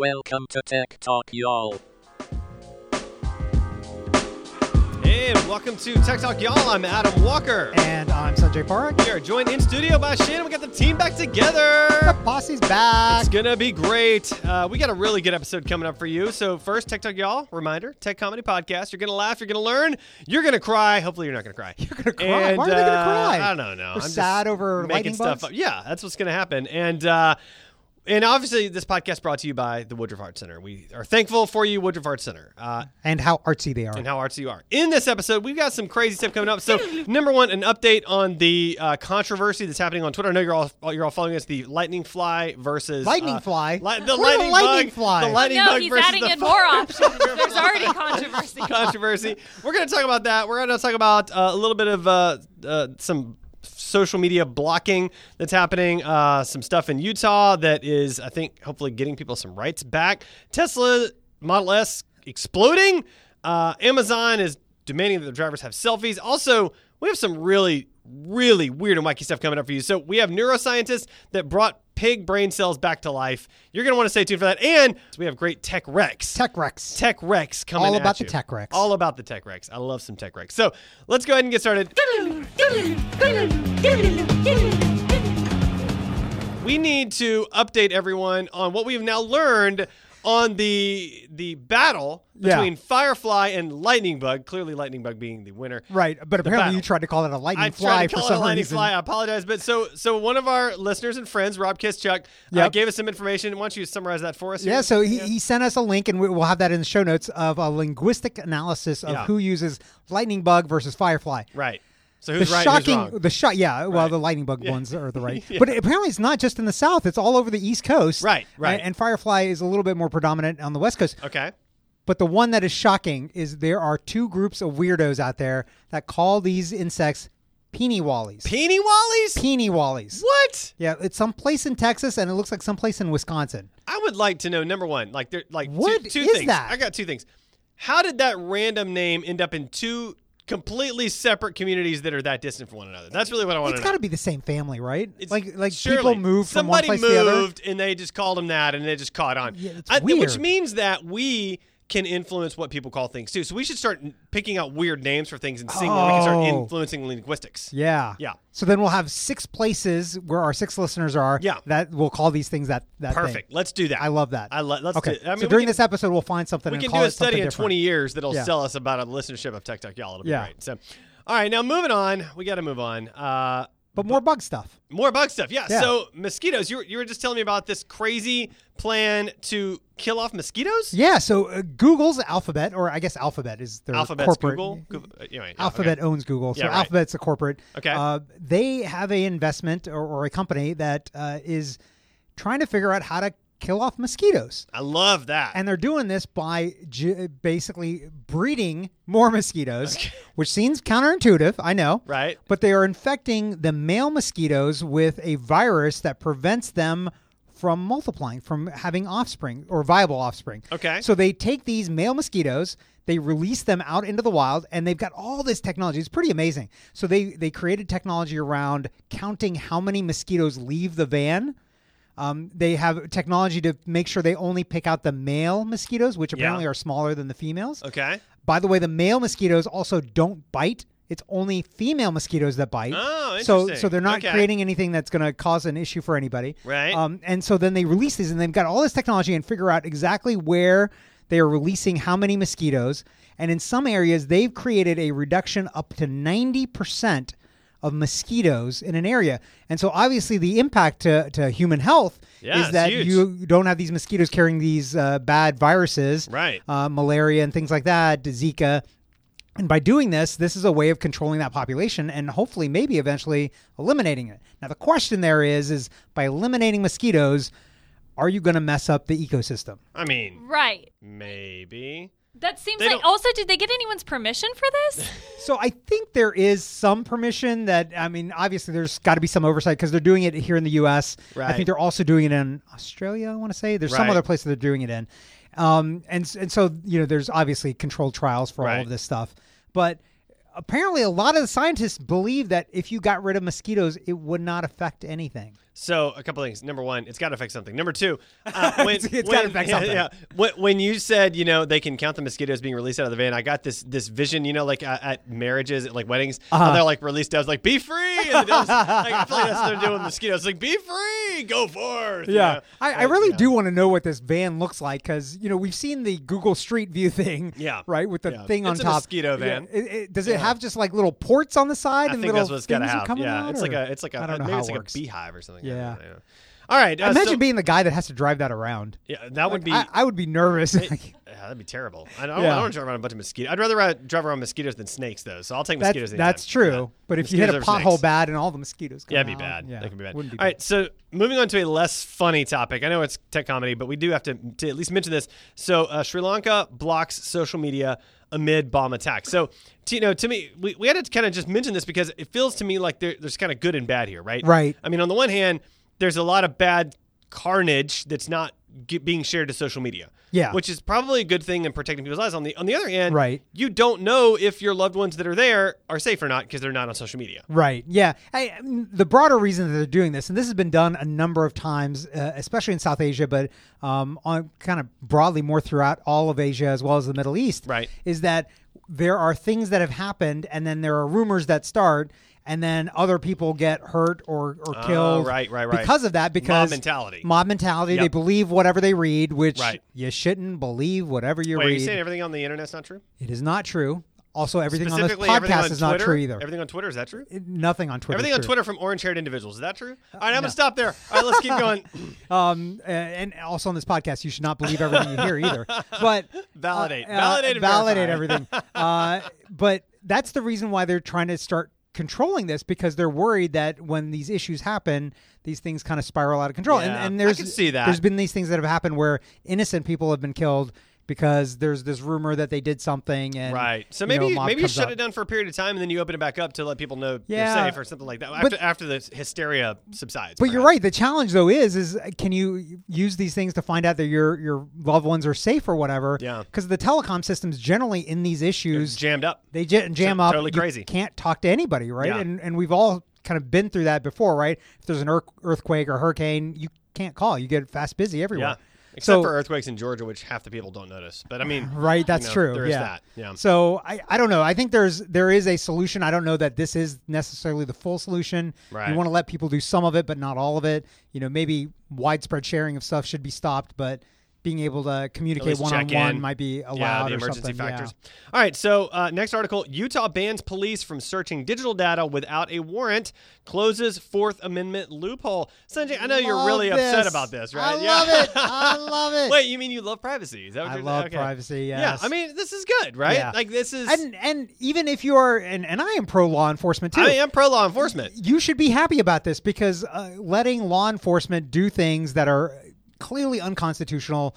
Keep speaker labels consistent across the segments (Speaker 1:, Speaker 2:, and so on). Speaker 1: Welcome to Tech Talk, y'all.
Speaker 2: Hey, and welcome to Tech Talk, y'all. I'm Adam Walker.
Speaker 3: And I'm Sanjay Parak.
Speaker 2: We are joined in studio by Shannon. We got the team back together.
Speaker 3: The posse's back.
Speaker 2: It's gonna be great. Uh, we got a really good episode coming up for you. So first, Tech Talk, y'all. Reminder: Tech Comedy Podcast. You're gonna laugh. You're gonna learn. You're gonna cry. Hopefully, you're not gonna cry. You're
Speaker 3: gonna cry? Why are they gonna cry?
Speaker 2: I don't know.
Speaker 3: They're sad over lightning
Speaker 2: making stuff
Speaker 3: bugs?
Speaker 2: up. Yeah, that's what's gonna happen. And uh, and obviously, this podcast brought to you by the Woodruff Art Center. We are thankful for you, Woodruff Art Center. Uh,
Speaker 3: and how artsy they are.
Speaker 2: and how artsy you are. In this episode, we've got some crazy stuff coming up. So, number one, an update on the uh, controversy that's happening on Twitter. I know you're all you're all following us. The lightning fly versus
Speaker 3: Lightning
Speaker 2: uh,
Speaker 3: fly?
Speaker 2: li- the
Speaker 3: Where's the
Speaker 2: lightning,
Speaker 3: lightning
Speaker 2: bug,
Speaker 3: fly?
Speaker 2: The lightning
Speaker 4: No,
Speaker 2: bug
Speaker 4: he's
Speaker 2: versus
Speaker 4: adding
Speaker 2: the
Speaker 4: in
Speaker 2: fly
Speaker 4: more options. There's already controversy.
Speaker 2: controversy. We're going to talk about that. We're going to talk about uh, a little bit of uh, uh, some social media blocking that's happening, uh, some stuff in Utah that is, I think, hopefully getting people some rights back. Tesla Model S exploding. Uh, Amazon is demanding that the drivers have selfies. Also, we have some really, really weird and wacky stuff coming up for you. So we have neuroscientists that brought pig brain cells back to life. You're going to want to stay tuned for that. And we have great tech recs.
Speaker 3: Tech Rex.
Speaker 2: Tech Rex coming
Speaker 3: All
Speaker 2: at
Speaker 3: about the
Speaker 2: you.
Speaker 3: Tech Rex.
Speaker 2: All about the Tech Rex. I love some Tech Rex. So let's go ahead and get started. We need to update everyone on what we've now learned on the the battle
Speaker 3: Yeah.
Speaker 2: between Firefly and Lightning Bug. Clearly, Lightning Bug being the winner.
Speaker 3: Right, but
Speaker 2: battle.
Speaker 3: apparently you tried to call it a lightning
Speaker 2: I
Speaker 3: fly
Speaker 2: tried to
Speaker 3: for
Speaker 2: call it
Speaker 3: some
Speaker 2: a lightning
Speaker 3: reason.
Speaker 2: fly. I apologize, but so so one of our listeners and friends, Rob Kischuk, uh,
Speaker 3: Yep.
Speaker 2: gave us some information. Why don't you summarize that for us?
Speaker 3: Yeah,
Speaker 2: here?
Speaker 3: so he, he sent us a link, and we- we'll have that in the show notes of a linguistic analysis of
Speaker 2: Yeah.
Speaker 3: who uses lightning bug versus firefly.
Speaker 2: right. So who's
Speaker 3: the
Speaker 2: right? and who's
Speaker 3: shocking,
Speaker 2: wrong?
Speaker 3: the shot, yeah. Well,
Speaker 2: Right.
Speaker 3: the lightning bug ones are the right, but apparently it's not just in the south; it's all over the East Coast.
Speaker 2: Right, right.
Speaker 3: And, and firefly is a little bit more predominant on the West Coast.
Speaker 2: Okay.
Speaker 3: But the one that is shocking is there are two groups of weirdos out there that call these insects peeny wallies.
Speaker 2: Peeny Wallies.
Speaker 3: peeny wallies.
Speaker 2: what?
Speaker 3: Yeah, it's someplace in Texas and it looks like someplace in Wisconsin.
Speaker 2: I would like to know number one, like there, like
Speaker 3: What
Speaker 2: two, two
Speaker 3: is
Speaker 2: things.
Speaker 3: that?
Speaker 2: I got two things. How did that random name end up in two completely separate communities that are that distant from one another? That's really what I want
Speaker 3: It's
Speaker 2: to
Speaker 3: got
Speaker 2: know.
Speaker 3: to be the same family, right?
Speaker 2: It's-
Speaker 3: like like people
Speaker 2: surely
Speaker 3: move from one
Speaker 2: somebody
Speaker 3: place
Speaker 2: moved
Speaker 3: to the other.
Speaker 2: and they just called them that, and it just caught on.
Speaker 3: Yeah, that's
Speaker 2: I- Which
Speaker 3: weird.
Speaker 2: means that we can influence what people call things too. So we should start n- picking out weird names for things and seeing where we can start
Speaker 3: Oh.
Speaker 2: influencing linguistics.
Speaker 3: Yeah.
Speaker 2: Yeah.
Speaker 3: So then we'll have six places where our six listeners are.
Speaker 2: Yeah.
Speaker 3: That we'll call these things that that thing.
Speaker 2: Perfect. Let's do that.
Speaker 3: I love that.
Speaker 2: I lo- let's
Speaker 3: okay.
Speaker 2: do- I mean,
Speaker 3: so
Speaker 2: we
Speaker 3: during
Speaker 2: can-
Speaker 3: this episode, we'll find something.
Speaker 2: we
Speaker 3: and
Speaker 2: can
Speaker 3: call
Speaker 2: do
Speaker 3: it
Speaker 2: a study
Speaker 3: something
Speaker 2: in
Speaker 3: different.
Speaker 2: 20 years that'll
Speaker 3: Yeah.
Speaker 2: sell us about a listenership of Tech Talk. Y'all, it'll be
Speaker 3: Yeah.
Speaker 2: great. So, all right, now moving on. We got to move on. Uh,
Speaker 3: But more bug stuff.
Speaker 2: more bug stuff. Yeah.
Speaker 3: Yeah.
Speaker 2: So, mosquitoes. You were, you were just telling me about this crazy plan to kill off mosquitoes?
Speaker 3: Yeah. So uh, Google's Alphabet, or I guess Alphabet is their
Speaker 2: Alphabet's
Speaker 3: corporate.
Speaker 2: Google. Google- uh, anyway, yeah,
Speaker 3: Alphabet
Speaker 2: okay.
Speaker 3: owns Google, so
Speaker 2: Yeah, right.
Speaker 3: Alphabet's a corporate.
Speaker 2: Okay.
Speaker 3: Uh, they have a investment or, or a company that uh, is trying to figure out how to kill off mosquitoes,
Speaker 2: I love that.
Speaker 3: and they're doing this by j- basically breeding more mosquitoes, which seems counterintuitive. I know,
Speaker 2: Right.
Speaker 3: But they are infecting the male mosquitoes with a virus that prevents them from multiplying, from having offspring or viable offspring.
Speaker 2: Okay.
Speaker 3: So they take these male mosquitoes, they release them out into the wild, and they've got all this technology. It's pretty amazing. So they they created technology around counting how many mosquitoes leave the van. Um, they have technology to make sure they only pick out the male mosquitoes, which apparently are smaller than the females.
Speaker 2: okay.
Speaker 3: By the way, the male mosquitoes also don't bite. It's only female mosquitoes that bite.
Speaker 2: Oh,
Speaker 3: So,
Speaker 2: interesting.
Speaker 3: so they're not
Speaker 2: Okay.
Speaker 3: creating anything that's going to cause an issue for anybody.
Speaker 2: Right.
Speaker 3: Um, and so then they release these, and they've got all this technology and figure out exactly where they are releasing how many mosquitoes. And in some areas, they've created a reduction up to ninety percent of mosquitoes in an area. And so obviously, the impact to, to human health
Speaker 2: Yeah, it's
Speaker 3: is that
Speaker 2: huge.
Speaker 3: you you don't have these mosquitoes carrying these uh, bad viruses,
Speaker 2: Right.
Speaker 3: Uh, malaria and things like that, Zika. And by doing this, this is a way of controlling that population and hopefully, maybe eventually eliminating it. Now, the question there is: is by eliminating mosquitoes, are you going to mess up the ecosystem?
Speaker 2: I mean,
Speaker 4: Right.
Speaker 2: maybe.
Speaker 4: That seems
Speaker 2: They
Speaker 4: like.
Speaker 2: don't-
Speaker 4: Also, did they get anyone's permission for this?
Speaker 3: So I think there is some permission that I mean, obviously there's got to be some oversight because they're doing it here in the U.S. I
Speaker 2: Right.
Speaker 3: think they're also doing it in Australia. I want to say there's some
Speaker 2: Right.
Speaker 3: other place that they're doing it in, um, and and so you know there's obviously controlled trials for all
Speaker 2: Right.
Speaker 3: of this stuff, but apparently a lot of the scientists believe that if you got rid of mosquitoes, it would not affect anything.
Speaker 2: So a couple things. Number one, it's got to affect something. Number two, uh, when,
Speaker 3: It's- it's
Speaker 2: when-
Speaker 3: gotta affect
Speaker 2: yeah,
Speaker 3: something.
Speaker 2: Yeah, when, when you said you know they can count the mosquitoes being released out of the van, I got this this vision. You know, like at, at marriages, at like weddings,
Speaker 3: Uh-huh.
Speaker 2: how they're like released doves, like be free. And the doves, like, I feel like that's what they're doing with mosquitoes. Like be free, go forth. you know?
Speaker 3: I, I
Speaker 2: Like,
Speaker 3: really
Speaker 2: yeah.
Speaker 3: do want to know what this van looks like because you know we've seen the Google Street View thing,
Speaker 2: Yeah.
Speaker 3: right, with the
Speaker 2: Yeah.
Speaker 3: thing on
Speaker 2: It's a
Speaker 3: top.
Speaker 2: mosquito
Speaker 3: Yeah.
Speaker 2: van.
Speaker 3: It- it- does it have just like little ports on the side
Speaker 2: I
Speaker 3: and
Speaker 2: think
Speaker 3: little
Speaker 2: that's what it's got to
Speaker 3: things are
Speaker 2: have.
Speaker 3: coming
Speaker 2: Yeah,
Speaker 3: out,
Speaker 2: it's
Speaker 3: or-
Speaker 2: like a it's like a
Speaker 3: I don't know
Speaker 2: maybe
Speaker 3: how
Speaker 2: it's
Speaker 3: it
Speaker 2: like
Speaker 3: works.
Speaker 2: a beehive or something. I
Speaker 3: Yeah.
Speaker 2: don't know. All right. uh,
Speaker 3: Imagine
Speaker 2: so-
Speaker 3: being the guy that has to drive that around.
Speaker 2: Yeah, that would be.
Speaker 3: I, I would be nervous. Like,
Speaker 2: Yeah, that'd be terrible. I don't, I
Speaker 3: Yeah.
Speaker 2: don't want to drive around a bunch of mosquitoes. I'd rather uh, drive around mosquitoes than snakes, though. So I'll take mosquitoes.
Speaker 3: that's
Speaker 2: anytime.
Speaker 3: that's true.
Speaker 2: Yeah.
Speaker 3: But if you hit a
Speaker 2: Mosquitoes over
Speaker 3: pothole
Speaker 2: snakes.
Speaker 3: bad and all the mosquitoes, come
Speaker 2: yeah, that'd be
Speaker 3: out,
Speaker 2: bad.
Speaker 3: Yeah,
Speaker 2: That could be bad.
Speaker 3: Wouldn't be
Speaker 2: All
Speaker 3: good.
Speaker 2: right, so moving on to a less funny topic. I know it's tech comedy, but we do have to, to at least mention this. So uh, Sri Lanka blocks social media amid bomb attacks. So, t- you know, to me, we, we had to kind of just mention this because it feels to me like there, there's kind of good and bad here, right?
Speaker 3: Right.
Speaker 2: I mean, on the one hand, there's a lot of bad carnage that's not ge- being shared to social media.
Speaker 3: Yeah.
Speaker 2: Which is probably a good thing in protecting people's lives. On the on the other hand,
Speaker 3: Right.
Speaker 2: you don't know if your loved ones that are there are safe or not because they're not on social media.
Speaker 3: Right. Yeah. I, I mean, the broader reason that they're doing this, and this has been done a number of times, uh, especially in South Asia, but um, on kind of broadly more throughout all of Asia as well as the Middle East,
Speaker 2: Right.
Speaker 3: is that there are things that have happened, and then there are rumors that start, and then other people get hurt or, or killed,
Speaker 2: Oh, right, right, right.
Speaker 3: because of that. Because
Speaker 2: mentality.
Speaker 3: mob mentality. They
Speaker 2: Yep.
Speaker 3: believe whatever they read, which
Speaker 2: Right.
Speaker 3: you shouldn't believe whatever you
Speaker 2: Wait, are
Speaker 3: read.
Speaker 2: you saying everything on the internet's not true?
Speaker 3: it is not true. Also, everything on this
Speaker 2: Specifically,
Speaker 3: podcast
Speaker 2: everything on
Speaker 3: is not
Speaker 2: Twitter?
Speaker 3: true either.
Speaker 2: Everything on Twitter is that true?
Speaker 3: Nothing on Twitter. is
Speaker 2: Everything on
Speaker 3: true. Uh,
Speaker 2: Twitter from orange-haired individuals is that true? All right, I'm gonna stop there. All right, let's keep going.
Speaker 3: Um, uh, and also on this podcast, you should not believe everything you hear either. But uh,
Speaker 2: Validate. Validate and
Speaker 3: validate
Speaker 2: verify.
Speaker 3: everything. Uh, but that's the reason why they're trying to start controlling this because they're worried that when these issues happen, these things kind of spiral out of control.
Speaker 2: Yeah,
Speaker 3: and,
Speaker 2: I
Speaker 3: and there's
Speaker 2: can see that.
Speaker 3: there's been these things that have happened where innocent people have been killed because there's this rumor that they did something. And
Speaker 2: Right. So
Speaker 3: you know,
Speaker 2: maybe
Speaker 3: a mob
Speaker 2: maybe you
Speaker 3: comes
Speaker 2: shut
Speaker 3: up.
Speaker 2: it down for a period of time and then you open it back up to let people know
Speaker 3: Yeah.
Speaker 2: they're safe or something like that.
Speaker 3: But-
Speaker 2: After, after the hysteria subsides.
Speaker 3: But you're
Speaker 2: perhaps.
Speaker 3: right. The challenge though is is uh, can you use these things to find out that your your loved ones are safe or whatever?
Speaker 2: Yeah.
Speaker 3: Because the telecom systems generally in these issues
Speaker 2: Jammed up.
Speaker 3: they j- jam up.
Speaker 2: totally
Speaker 3: you
Speaker 2: crazy.
Speaker 3: Can't talk to anybody, right?
Speaker 2: Yeah.
Speaker 3: And and we've all kind of been through that before, right? If there's an earth- earthquake or hurricane, you can't call. You get fast busy everywhere.
Speaker 2: Yeah. Except
Speaker 3: So-
Speaker 2: for earthquakes in Georgia, which half the people don't notice. But I mean,
Speaker 3: Right, that's
Speaker 2: know,
Speaker 3: true.
Speaker 2: there is
Speaker 3: yeah.
Speaker 2: that. Yeah.
Speaker 3: So I, I don't know. I think there's there is a solution. I don't know that this is necessarily the full solution.
Speaker 2: Right.
Speaker 3: You want to let people do some of it, but not all of it. You know, maybe widespread sharing of stuff should be stopped, but being able to communicate
Speaker 2: least
Speaker 3: one on
Speaker 2: check
Speaker 3: one
Speaker 2: in.
Speaker 3: might be allowed
Speaker 2: yeah, the
Speaker 3: or
Speaker 2: emergency
Speaker 3: something.
Speaker 2: factors. All right, so uh, next article: Utah bans police from searching digital data without a warrant, closes Fourth Amendment loophole. Sanjay, I know you're
Speaker 3: Love
Speaker 2: really upset
Speaker 3: this.
Speaker 2: about this, right?
Speaker 3: I love it. I love it.
Speaker 2: Wait, you mean you love privacy? Is that what
Speaker 3: I
Speaker 2: you're
Speaker 3: love
Speaker 2: okay.
Speaker 3: privacy, yes.
Speaker 2: Yeah, I mean this is good, right?
Speaker 3: Yeah.
Speaker 2: Like this is.
Speaker 3: And and even if you are and, and I am pro law enforcement too.
Speaker 2: I am pro law enforcement.
Speaker 3: you should be happy about this because uh, letting law enforcement do things that are clearly unconstitutional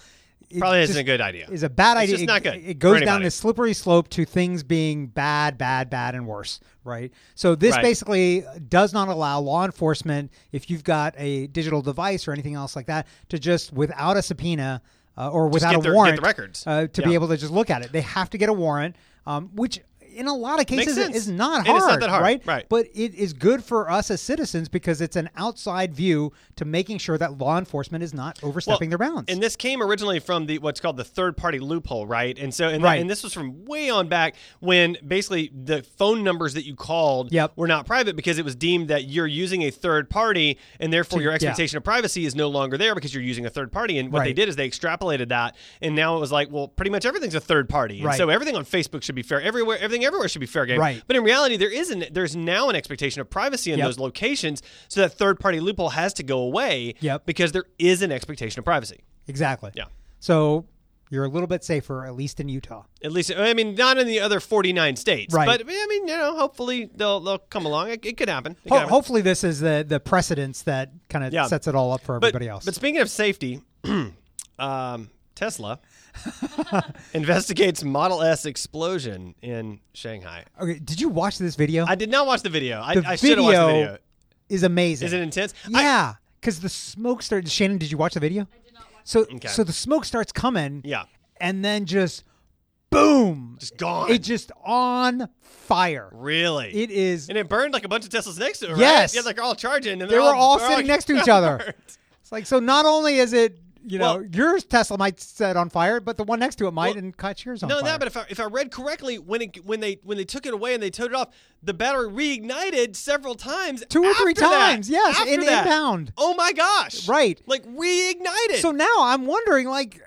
Speaker 3: it
Speaker 2: Probably
Speaker 3: just
Speaker 2: isn't a good idea.
Speaker 3: Is a bad idea.
Speaker 2: just not good
Speaker 3: It,
Speaker 2: for
Speaker 3: it goes down
Speaker 2: anybody.
Speaker 3: this slippery slope to things being bad, bad, bad, and worse. Right. So this
Speaker 2: Right.
Speaker 3: basically does not allow law enforcement, if you've got a digital device or anything else like that, to just without a subpoena uh, or without
Speaker 2: get
Speaker 3: a
Speaker 2: their- get
Speaker 3: warrant
Speaker 2: the records.
Speaker 3: uh, to
Speaker 2: Yeah.
Speaker 3: be able to just look at it. They have to get a warrant, um, which in a lot of cases
Speaker 2: sense.
Speaker 3: is not
Speaker 2: And
Speaker 3: hard,
Speaker 2: it's not that hard.
Speaker 3: right?
Speaker 2: Right.
Speaker 3: But it is good for us as citizens because it's an outside view to making sure that law enforcement is not overstepping their bounds.
Speaker 2: And this came originally from the what's called the third party loophole, right? And so, and,
Speaker 3: Right.
Speaker 2: and this was from way on back when basically the phone numbers that you called
Speaker 3: Yep.
Speaker 2: were not private because it was deemed that you're using a third party, and therefore your
Speaker 3: yeah.
Speaker 2: expectation of privacy is no longer there because you're using a third party. And what they
Speaker 3: Right.
Speaker 2: did is they extrapolated that, and now it was like, well, pretty much everything's a third party, and
Speaker 3: Right.
Speaker 2: so everything on Facebook should be fair. Everywhere, everything everywhere should be fair game.
Speaker 3: Right.
Speaker 2: But in reality, there isn't. There's now an expectation of privacy in
Speaker 3: Yep.
Speaker 2: those locations, so that third party loophole has to go away.
Speaker 3: Yep.
Speaker 2: Because there is an expectation of privacy.
Speaker 3: Exactly.
Speaker 2: Yeah.
Speaker 3: So you're a little bit safer, at least in Utah.
Speaker 2: At least, I mean, not in the other 49 states.
Speaker 3: Right.
Speaker 2: But, I mean, you know, hopefully they'll they'll come along. It, it could happen. It could
Speaker 3: Ho-
Speaker 2: happen.
Speaker 3: hopefully, this is the the precedence that kind of
Speaker 2: Yeah.
Speaker 3: sets it all up for
Speaker 2: but,
Speaker 3: everybody else.
Speaker 2: But speaking of safety, um, Tesla investigates Model S explosion in Shanghai.
Speaker 3: okay, did you watch this video?
Speaker 2: I did not watch the video. I,
Speaker 3: the
Speaker 2: I should have
Speaker 3: video
Speaker 2: watched the video.
Speaker 3: is amazing.
Speaker 2: Is it intense? I-
Speaker 3: Yeah, because the smoke started. Shannon, did you watch the video? I did not watch. So, so the smoke starts coming.
Speaker 2: Yeah.
Speaker 3: and then just boom,
Speaker 2: Just gone.
Speaker 3: it just on fire.
Speaker 2: really?
Speaker 3: It is.
Speaker 2: and it burned like a bunch of Teslas next to it, right?
Speaker 3: Yes.
Speaker 2: Yeah, they're all charging. And
Speaker 3: They
Speaker 2: they're
Speaker 3: were all
Speaker 2: they're
Speaker 3: sitting next to each other.
Speaker 2: burned.
Speaker 3: It's like so. Not only is it you know
Speaker 2: Well-
Speaker 3: yours Tesla might set on fire, but the one next to it might
Speaker 2: Well,
Speaker 3: and caught yours on
Speaker 2: No,
Speaker 3: fire.
Speaker 2: that. But if I, if I read correctly, when it when they when they took it away and they towed it off, the battery reignited several times.
Speaker 3: two or three
Speaker 2: after that.
Speaker 3: times, yes,
Speaker 2: After
Speaker 3: in
Speaker 2: that.
Speaker 3: inbound.
Speaker 2: Oh my gosh!
Speaker 3: Right.
Speaker 2: Like reignited.
Speaker 3: So now I'm wondering, like,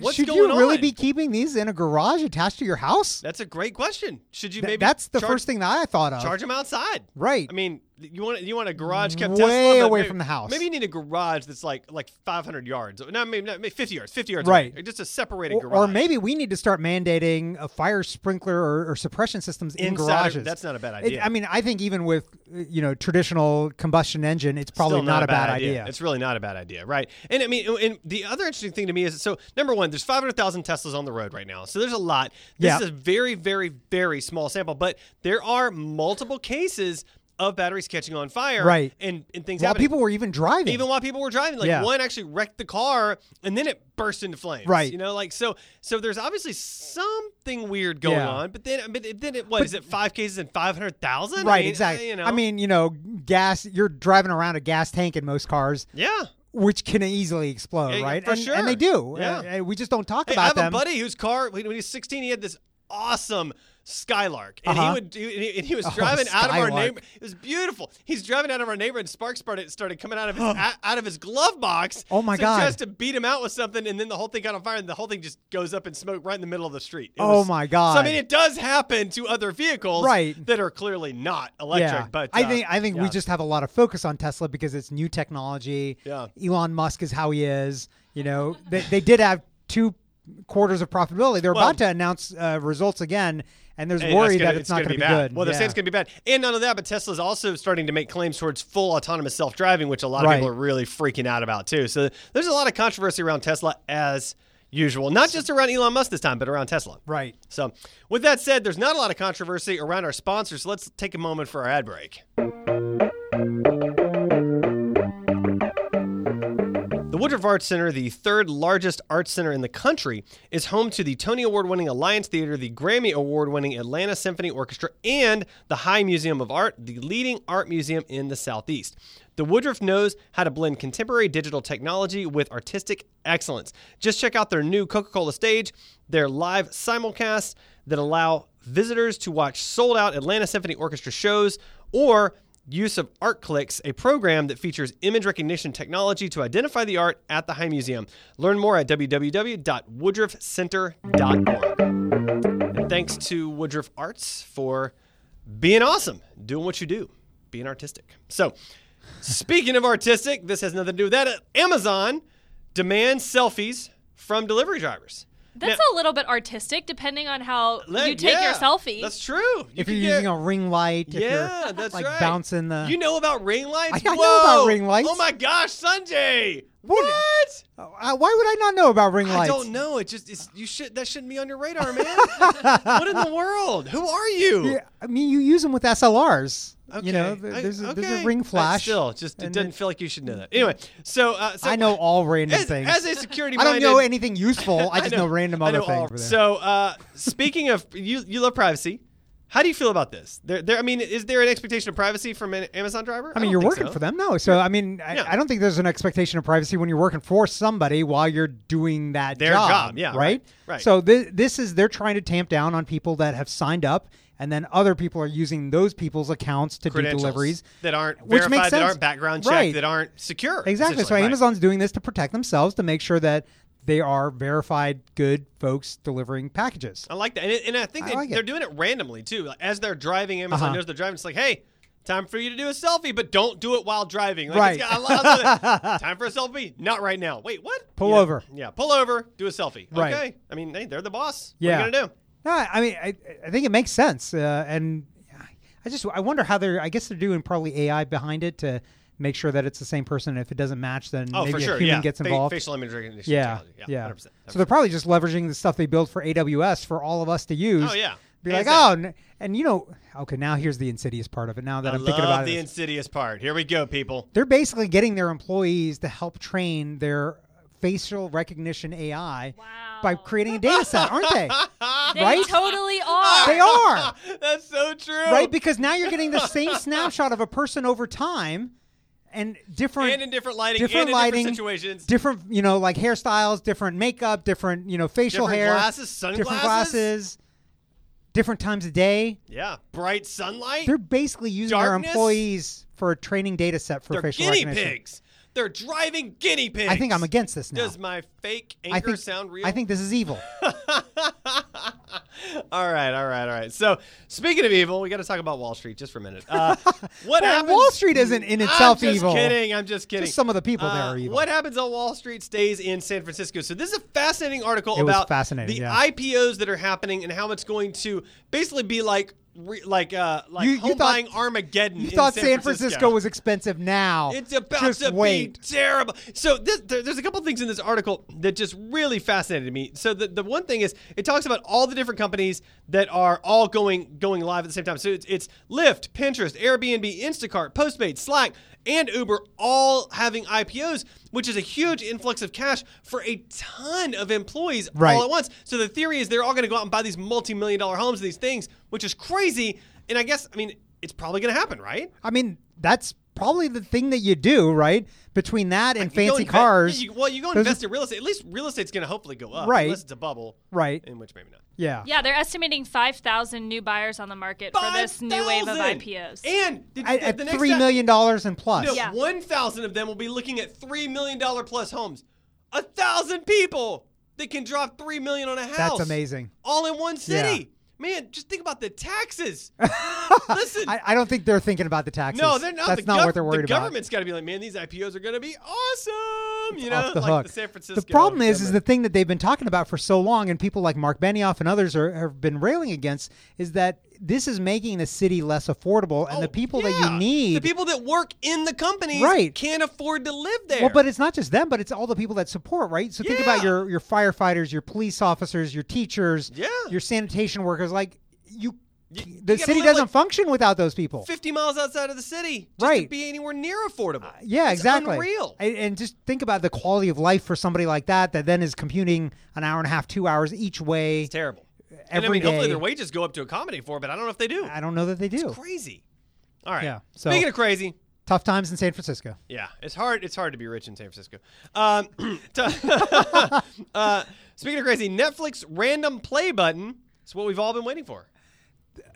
Speaker 2: What's
Speaker 3: should
Speaker 2: going
Speaker 3: you really
Speaker 2: on?
Speaker 3: be keeping these in a garage attached to your house?
Speaker 2: that's a great question. Should you
Speaker 3: Th-
Speaker 2: maybe
Speaker 3: that's the
Speaker 2: charge,
Speaker 3: first thing that I thought of.
Speaker 2: Charge them outside.
Speaker 3: Right.
Speaker 2: I mean, you want you want a garage kept
Speaker 3: Way
Speaker 2: Tesla but
Speaker 3: away
Speaker 2: maybe-
Speaker 3: from the house.
Speaker 2: Maybe you need a garage that's like like 500 yards. No, maybe, not, maybe 50 yards. 50 yards.
Speaker 3: Right.
Speaker 2: away. Just a separated
Speaker 3: or,
Speaker 2: garage.
Speaker 3: or maybe we need to start mandating a fire sprinkler or, or suppression systems in
Speaker 2: Inside-
Speaker 3: garages.
Speaker 2: that's not a bad
Speaker 3: It-
Speaker 2: idea.
Speaker 3: I mean, I think even with uh, you know traditional combustion engine, it's probably
Speaker 2: Still
Speaker 3: a bad idea.
Speaker 2: It's really not a bad idea, right? And I mean, and the other interesting thing to me is so number one, there's 500,000 Teslas on the road right now, so there's a lot. This
Speaker 3: Yeah.
Speaker 2: is a very, very, very small sample, but there are multiple cases of batteries catching on fire,
Speaker 3: Right.
Speaker 2: And and things
Speaker 3: While
Speaker 2: happening.
Speaker 3: people were even driving,
Speaker 2: even while people were driving, like
Speaker 3: Yeah.
Speaker 2: one actually wrecked the car and then it burst into flames,
Speaker 3: Right.
Speaker 2: You know, like so. So there's obviously something weird going
Speaker 3: Yeah.
Speaker 2: on, but then, but then it what is it five cases and 500,000?
Speaker 3: right?
Speaker 2: I mean,
Speaker 3: exactly.
Speaker 2: I, you know,
Speaker 3: I mean, you know, gas. You're driving around a gas tank in most cars,
Speaker 2: yeah.
Speaker 3: which can easily explode,
Speaker 2: Yeah, yeah,
Speaker 3: right?
Speaker 2: for
Speaker 3: and,
Speaker 2: sure.
Speaker 3: and they do.
Speaker 2: Yeah.
Speaker 3: Uh, uh, we just don't talk
Speaker 2: Hey,
Speaker 3: about
Speaker 2: I have
Speaker 3: them.
Speaker 2: a buddy whose car when he was 16, he had this awesome Skylark, and
Speaker 3: Uh-huh.
Speaker 2: he would do, and he, and he was
Speaker 3: Oh,
Speaker 2: driving out of our
Speaker 3: Skylark.
Speaker 2: neighbor. It was beautiful. He's driving out of our neighbor, and sparks started started coming out of his out out of his glove box.
Speaker 3: Oh, my
Speaker 2: so
Speaker 3: God.
Speaker 2: Just to beat him out with something, and then the whole thing got on fire, and the whole thing just goes up in smoke right in the middle of the street. It
Speaker 3: Oh,
Speaker 2: was-
Speaker 3: my God.
Speaker 2: So I mean, it does happen to other vehicles,
Speaker 3: Right.
Speaker 2: That are clearly not electric,
Speaker 3: yeah.
Speaker 2: but
Speaker 3: I
Speaker 2: uh,
Speaker 3: think I think we
Speaker 2: yeah.
Speaker 3: just have a lot of focus on Tesla because it's new technology.
Speaker 2: Yeah.
Speaker 3: Elon Musk is how he is. You know, they, they did have two quarters of profitability. They're
Speaker 2: Well-
Speaker 3: about to announce uh, results again, and there's
Speaker 2: Hey,
Speaker 3: worry
Speaker 2: that's gonna-
Speaker 3: that it's, not going to be,
Speaker 2: bad.
Speaker 3: good.
Speaker 2: Well, they're
Speaker 3: yeah.
Speaker 2: saying it's going to be bad, and none of that. But Tesla's also starting to make claims towards full autonomous self-driving, which a lot of
Speaker 3: Right.
Speaker 2: people are really freaking out about too. So there's a lot of controversy around Tesla as usual, not just around Elon Musk this time, but around Tesla.
Speaker 3: right.
Speaker 2: So, with that said, there's not a lot of controversy around our sponsors. Let's take a moment for our ad break. The Woodruff Arts Center, the third largest arts center in the country, is home to the Tony Award winning Alliance Theater, the Grammy Award winning Atlanta Symphony Orchestra, and the High Museum of Art, the leading art museum in the Southeast. The Woodruff knows how to blend contemporary digital technology with artistic excellence. Just check out their new Coca Cola stage, their live simulcasts that allow visitors to watch sold out Atlanta Symphony Orchestra shows or use of ArtClix, a program that features image recognition technology to identify the art at the High Museum. Learn more at www.woodruffcenter.org. And thanks to Woodruff Arts for being awesome, doing what you do, being artistic. So, speaking of artistic, this has nothing to do with that. Amazon demands selfies from delivery drivers.
Speaker 4: That's a little bit artistic, depending on how
Speaker 2: Let-
Speaker 4: you take
Speaker 2: yeah,
Speaker 4: your selfie.
Speaker 2: That's true. You
Speaker 3: If
Speaker 2: could
Speaker 3: you're
Speaker 2: get-
Speaker 3: using a ring light, if
Speaker 2: yeah,
Speaker 3: you're
Speaker 2: that's
Speaker 3: like
Speaker 2: right.
Speaker 3: bouncing the.
Speaker 2: You know about ring lights?
Speaker 3: I- I know about
Speaker 2: Whoa.
Speaker 3: ring lights.
Speaker 2: Oh my gosh, Sanjay!
Speaker 3: What?
Speaker 2: What?
Speaker 3: Uh, why would I not know about ring
Speaker 2: I
Speaker 3: lights?
Speaker 2: don't know. It just it's, you should that shouldn't be on your radar, man. what in the world? Who are you?
Speaker 3: Yeah, I mean, you use them with SLRs.
Speaker 2: Okay.
Speaker 3: You know,
Speaker 2: I-
Speaker 3: there- there's a, there's
Speaker 2: okay.
Speaker 3: a ring
Speaker 2: But
Speaker 3: flash.
Speaker 2: still, just it
Speaker 3: and
Speaker 2: doesn't feel like you should know that. Anyway, so, uh, so
Speaker 3: I know all random
Speaker 2: as,
Speaker 3: things.
Speaker 2: as a security.
Speaker 3: I don't know
Speaker 2: minded-
Speaker 3: anything useful. I just know, random
Speaker 2: I
Speaker 3: other
Speaker 2: know
Speaker 3: things.
Speaker 2: all-
Speaker 3: over there.
Speaker 2: So, uh, speaking of you, you love privacy. How do you feel about this? There, there. I mean, is there an expectation of privacy from an Amazon driver?
Speaker 3: I
Speaker 2: don't
Speaker 3: mean, you're
Speaker 2: think
Speaker 3: working
Speaker 2: so.
Speaker 3: for them, no? So I mean, I,
Speaker 2: Yeah.
Speaker 3: I don't think there's an expectation of privacy when you're working for somebody while you're doing that
Speaker 2: Their job, yeah,
Speaker 3: right?
Speaker 2: right, right.
Speaker 3: So thi- this is they're trying to tamp down on people that have signed up, and then other people are using those people's accounts to do
Speaker 2: Credentials
Speaker 3: deliveries.
Speaker 2: that aren't
Speaker 3: which
Speaker 2: verified,
Speaker 3: makes
Speaker 2: that
Speaker 3: sense.
Speaker 2: aren't background checked,
Speaker 3: Right.
Speaker 2: that aren't secure.
Speaker 3: Exactly. So
Speaker 2: essentially, right.
Speaker 3: Amazon's doing this to protect themselves to make sure that they are verified, good folks delivering packages.
Speaker 2: I like that, and, it, and I think
Speaker 3: I
Speaker 2: they,
Speaker 3: like it.
Speaker 2: they're doing it randomly too. Like, as they're driving, Amazon
Speaker 3: Uh-huh.
Speaker 2: knows they're driving. It's like, hey, time for you to do a selfie, but don't do it while driving. Like,
Speaker 3: Right.
Speaker 2: It's got a lot of, time for a selfie, not right now. Wait, what?
Speaker 3: Pull
Speaker 2: Yeah.
Speaker 3: over.
Speaker 2: Yeah, pull over. Do a selfie.
Speaker 3: Right.
Speaker 2: Okay. I mean, hey, they're the boss.
Speaker 3: Yeah.
Speaker 2: What are you gonna do?
Speaker 3: No, I mean, I, I think it makes sense, uh, and I just I wonder how they're. I guess they're doing probably AI behind it to make sure that it's the same person. If it doesn't match, then
Speaker 2: Oh,
Speaker 3: maybe
Speaker 2: for
Speaker 3: a
Speaker 2: sure.
Speaker 3: human
Speaker 2: yeah.
Speaker 3: gets
Speaker 2: Fa-
Speaker 3: involved.
Speaker 2: facial image recognition.
Speaker 3: yeah,
Speaker 2: technology.
Speaker 3: yeah.
Speaker 2: yeah. 100%.
Speaker 3: So they're probably just leveraging the stuff they built for AWS for all of us to use.
Speaker 2: Oh, yeah.
Speaker 3: Be
Speaker 2: Hands
Speaker 3: like,
Speaker 2: down.
Speaker 3: oh, and, and you know, okay. Now here's the insidious part of it. Now that
Speaker 2: I
Speaker 3: am thinking
Speaker 2: love
Speaker 3: about
Speaker 2: the
Speaker 3: it,
Speaker 2: insidious part. Here we go, people.
Speaker 3: they're basically getting their employees to help train their facial recognition AI
Speaker 4: wow.
Speaker 3: by creating a data set, aren't they?
Speaker 4: They
Speaker 3: right?
Speaker 4: totally
Speaker 2: Ah.
Speaker 4: are.
Speaker 3: They are.
Speaker 2: That's so true.
Speaker 3: Right? Because now you're getting the same snapshot of a person over time and different
Speaker 2: and in different lighting,
Speaker 3: different
Speaker 2: and in
Speaker 3: lighting,
Speaker 2: different situations.
Speaker 3: different, you know, like hairstyles, different makeup, different, you know, facial
Speaker 2: Different
Speaker 3: hair,
Speaker 2: glasses,
Speaker 3: different
Speaker 2: sunglasses.
Speaker 3: glasses, different times of day.
Speaker 2: yeah, bright sunlight.
Speaker 3: They're basically using
Speaker 2: Darkness?
Speaker 3: their employees for a training data set for
Speaker 2: They're
Speaker 3: facial
Speaker 2: guinea
Speaker 3: recognition.
Speaker 2: pigs. They're driving guinea pigs.
Speaker 3: I think I'm against this now.
Speaker 2: Does my fake anger
Speaker 3: I think
Speaker 2: sound real?
Speaker 3: I think this is evil.
Speaker 2: all right, all right, all right. So speaking of evil, we got to talk about Wall Street just for a minute. Uh, what
Speaker 3: Well,
Speaker 2: happens?
Speaker 3: Wall Street isn't in itself
Speaker 2: I'm just
Speaker 3: evil.
Speaker 2: Kidding. I'm just kidding. Uh,
Speaker 3: Just some of the people there are evil.
Speaker 2: What happens on Wall Street stays in San Francisco. So this is a fascinating article
Speaker 3: It was
Speaker 2: about
Speaker 3: fascinating,
Speaker 2: the
Speaker 3: yeah.
Speaker 2: IPOs that are happening and how it's going to basically be like re, like uh like
Speaker 3: You- you
Speaker 2: home
Speaker 3: thought-
Speaker 2: buying Armageddon.
Speaker 3: You
Speaker 2: in
Speaker 3: thought
Speaker 2: San
Speaker 3: San Francisco. was expensive now.
Speaker 2: It's about
Speaker 3: Just
Speaker 2: to
Speaker 3: wait.
Speaker 2: be terrible. So this, there, there's a couple things in this article that just really fascinated me. So the, the one thing is it talks about all the different companies that are all going going live at the same time. So it's, it's Lyft, Pinterest, Airbnb, Instacart, Postmates, Slack, and Uber all having IPOs, which is a huge influx of cash for a ton of employees
Speaker 3: Right.
Speaker 2: all at once. So the theory is they're all going to go out and buy these multi-million dollar homes and these things, which is crazy. And I guess I mean it's probably going to happen, right?
Speaker 3: I mean, that's probably the thing that you do, right? Between that and
Speaker 2: You go
Speaker 3: fancy
Speaker 2: inve-
Speaker 3: cars.
Speaker 2: yeah, you- well, you go
Speaker 3: Those
Speaker 2: invest
Speaker 3: are-
Speaker 2: in real estate. At least real estate's going to hopefully go up,
Speaker 3: Right.
Speaker 2: Unless it's a bubble,
Speaker 3: Right.
Speaker 2: In which maybe not.
Speaker 3: Yeah.
Speaker 4: Yeah, they're estimating 5,000 new buyers on the market for this new wave of
Speaker 2: 5,000!
Speaker 4: IPOs.
Speaker 2: And did,
Speaker 3: At,
Speaker 2: the,
Speaker 3: at
Speaker 2: the next
Speaker 3: three
Speaker 2: time-
Speaker 3: million dollars and plus.
Speaker 2: No,
Speaker 4: Yeah.
Speaker 2: one thousand of them will be looking at three million dollar plus homes. A thousand people that can drop three million on a house.
Speaker 3: That's amazing.
Speaker 2: All in one
Speaker 3: Yeah.
Speaker 2: city. Man, just think about the taxes. Listen.
Speaker 3: I, I don't think they're thinking about the taxes.
Speaker 2: no, they're not.
Speaker 3: That's
Speaker 2: the
Speaker 3: not
Speaker 2: gov-
Speaker 3: what they're worried
Speaker 2: The
Speaker 3: about.
Speaker 2: government's got to be like, man, these IPOs are going to be awesome. You know,
Speaker 3: off the
Speaker 2: like
Speaker 3: hook.
Speaker 2: the San Francisco.
Speaker 3: The problem is, is
Speaker 2: government.
Speaker 3: the thing that they've been talking about for so long, and people like Mark Benioff and others are, have been railing against, is that this is making the city less affordable, and the
Speaker 2: Oh,
Speaker 3: people that
Speaker 2: yeah.
Speaker 3: you need.
Speaker 2: the people that work in the companies,
Speaker 3: Right.
Speaker 2: can't afford to live there.
Speaker 3: well, but it's not just them, but it's all the people that support, right? So think about
Speaker 2: Yeah.
Speaker 3: your your firefighters, your police officers, your teachers,
Speaker 2: Yeah.
Speaker 3: your sanitation workers. Like you,
Speaker 2: You-
Speaker 3: the
Speaker 2: you gotta
Speaker 3: city
Speaker 2: live, like,
Speaker 3: doesn't function without those people.
Speaker 2: 50 miles outside of the city, just to
Speaker 3: Right. Uh,
Speaker 2: be anywhere near affordable.
Speaker 3: Yeah,
Speaker 2: It's
Speaker 3: exactly.
Speaker 2: Unreal.
Speaker 3: And, and just think about the quality of life for somebody like that that then is commuting an hour and a half, two hours each way.
Speaker 2: it's terrible. and I
Speaker 3: every
Speaker 2: mean, hopefully
Speaker 3: day.
Speaker 2: their wages go up to accommodate for, it, but I don't know if they do.
Speaker 3: I don't know that they do.
Speaker 2: Crazy. All right.
Speaker 3: Yeah, so-
Speaker 2: Speaking of crazy,
Speaker 3: Tough times in San Francisco.
Speaker 2: Yeah, it's hard. It's hard to be rich in San Francisco. Um, to- uh, speaking of crazy, Netflix random play button. It's what we've all been waiting for.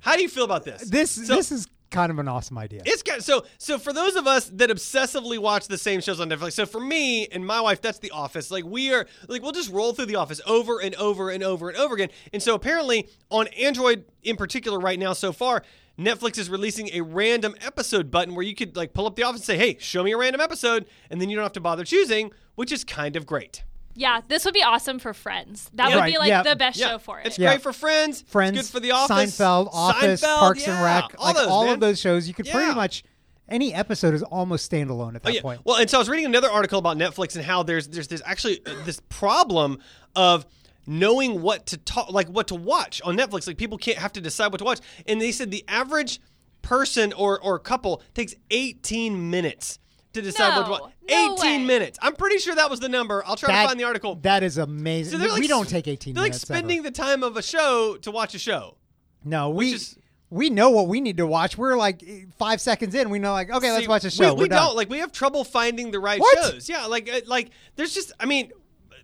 Speaker 2: How do you feel about this?
Speaker 3: This
Speaker 2: So-
Speaker 3: this is kind of an awesome idea.
Speaker 2: It's got so so for those of us that obsessively watch the same shows on Netflix. So for me and my wife, that's The Office. Like we are like we'll just roll through The Office over and over and over and over again. And so apparently on Android in particular right now so far, Netflix is releasing a random episode button where you could like pull up The Office and say, "Hey, show me a random episode," and then you don't have to bother choosing, which is kind of great.
Speaker 4: Yeah, this would be awesome for friends. That
Speaker 3: Yeah.
Speaker 4: would be
Speaker 3: Right,
Speaker 4: like
Speaker 3: yeah.
Speaker 4: the best
Speaker 2: Yeah,
Speaker 4: show for it.
Speaker 2: It's
Speaker 3: Yeah.
Speaker 2: great for friends. it's
Speaker 3: Friends,
Speaker 2: good for The Office,
Speaker 3: Seinfeld, Office,
Speaker 2: Seinfeld,
Speaker 3: Parks and
Speaker 2: yeah,
Speaker 3: Rec,
Speaker 2: all
Speaker 3: like
Speaker 2: those,
Speaker 3: all
Speaker 2: man.
Speaker 3: of those shows. You could
Speaker 2: Yeah.
Speaker 3: pretty much any episode is almost standalone at that
Speaker 2: Oh, yeah.
Speaker 3: point.
Speaker 2: Well, and so I was reading another article about Netflix and how there's there's this actually uh, this problem of knowing what to talk like what to watch on Netflix. Like people can't have to decide what to watch. And they said the average person or or couple takes 18 minutes to decide what to watch.
Speaker 4: No, no
Speaker 2: 18
Speaker 4: way.
Speaker 2: minutes. I'm pretty sure that was the number. I'll try
Speaker 3: That-
Speaker 2: to find the article.
Speaker 3: That is amazing.
Speaker 2: So they're like
Speaker 3: we don't
Speaker 2: sp-
Speaker 3: take 18
Speaker 2: They're like
Speaker 3: minutes. ever.
Speaker 2: spending the time of a show to watch a show.
Speaker 3: No, we
Speaker 2: is-
Speaker 3: we know what we need to watch. We're like five seconds in. We know like okay, let's
Speaker 2: See,
Speaker 3: watch a
Speaker 2: We,
Speaker 3: show.
Speaker 2: we
Speaker 3: We're done.
Speaker 2: don't like we have trouble finding the right
Speaker 3: What?
Speaker 2: shows. Yeah, like uh, like there's just I mean,